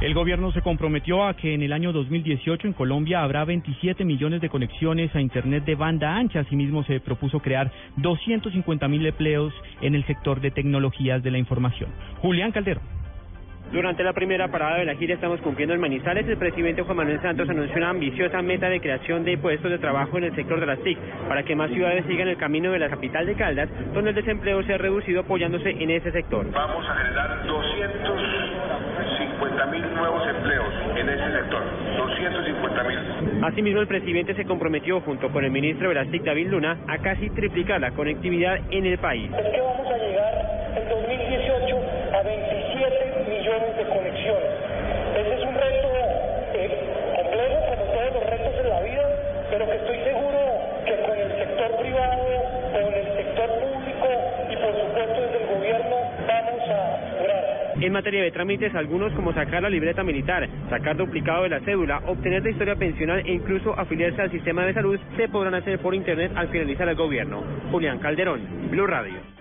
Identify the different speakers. Speaker 1: El gobierno se comprometió a que en el año 2018 en Colombia habrá 27 millones de conexiones a Internet de banda ancha. Asimismo, se propuso crear 250 mil empleos en el sector de tecnologías de la información. Julián Calderón.
Speaker 2: Durante la primera parada de la gira Estamos cumpliendo en Manizales, el presidente Juan Manuel Santos anunció una ambiciosa meta de creación de puestos de trabajo en el sector de las TIC para que más ciudades sigan el camino de la capital de Caldas, donde el desempleo se ha reducido apoyándose en ese sector.
Speaker 3: Vamos a generar 250 mil nuevos empleos en ese sector. 250 mil.
Speaker 2: Asimismo, el presidente se comprometió junto con el ministro de las TIC, David Luna, a casi triplicar la conectividad en el país.
Speaker 4: Es que vamos a llegar en 2018 a 27 millones de conexiones. Ese es un reto eh, complejo como todos los retos en la vida, pero que estoy seguro que con el sector privado, con el sector público y por supuesto desde el gobierno vamos a lograr.
Speaker 2: En materia de trámites, algunos como sacar la libreta militar, sacar duplicado de la cédula, obtener la historia pensional e incluso afiliarse al sistema de salud se podrán hacer por internet al finalizar el gobierno. Julián Calderón, Blue Radio.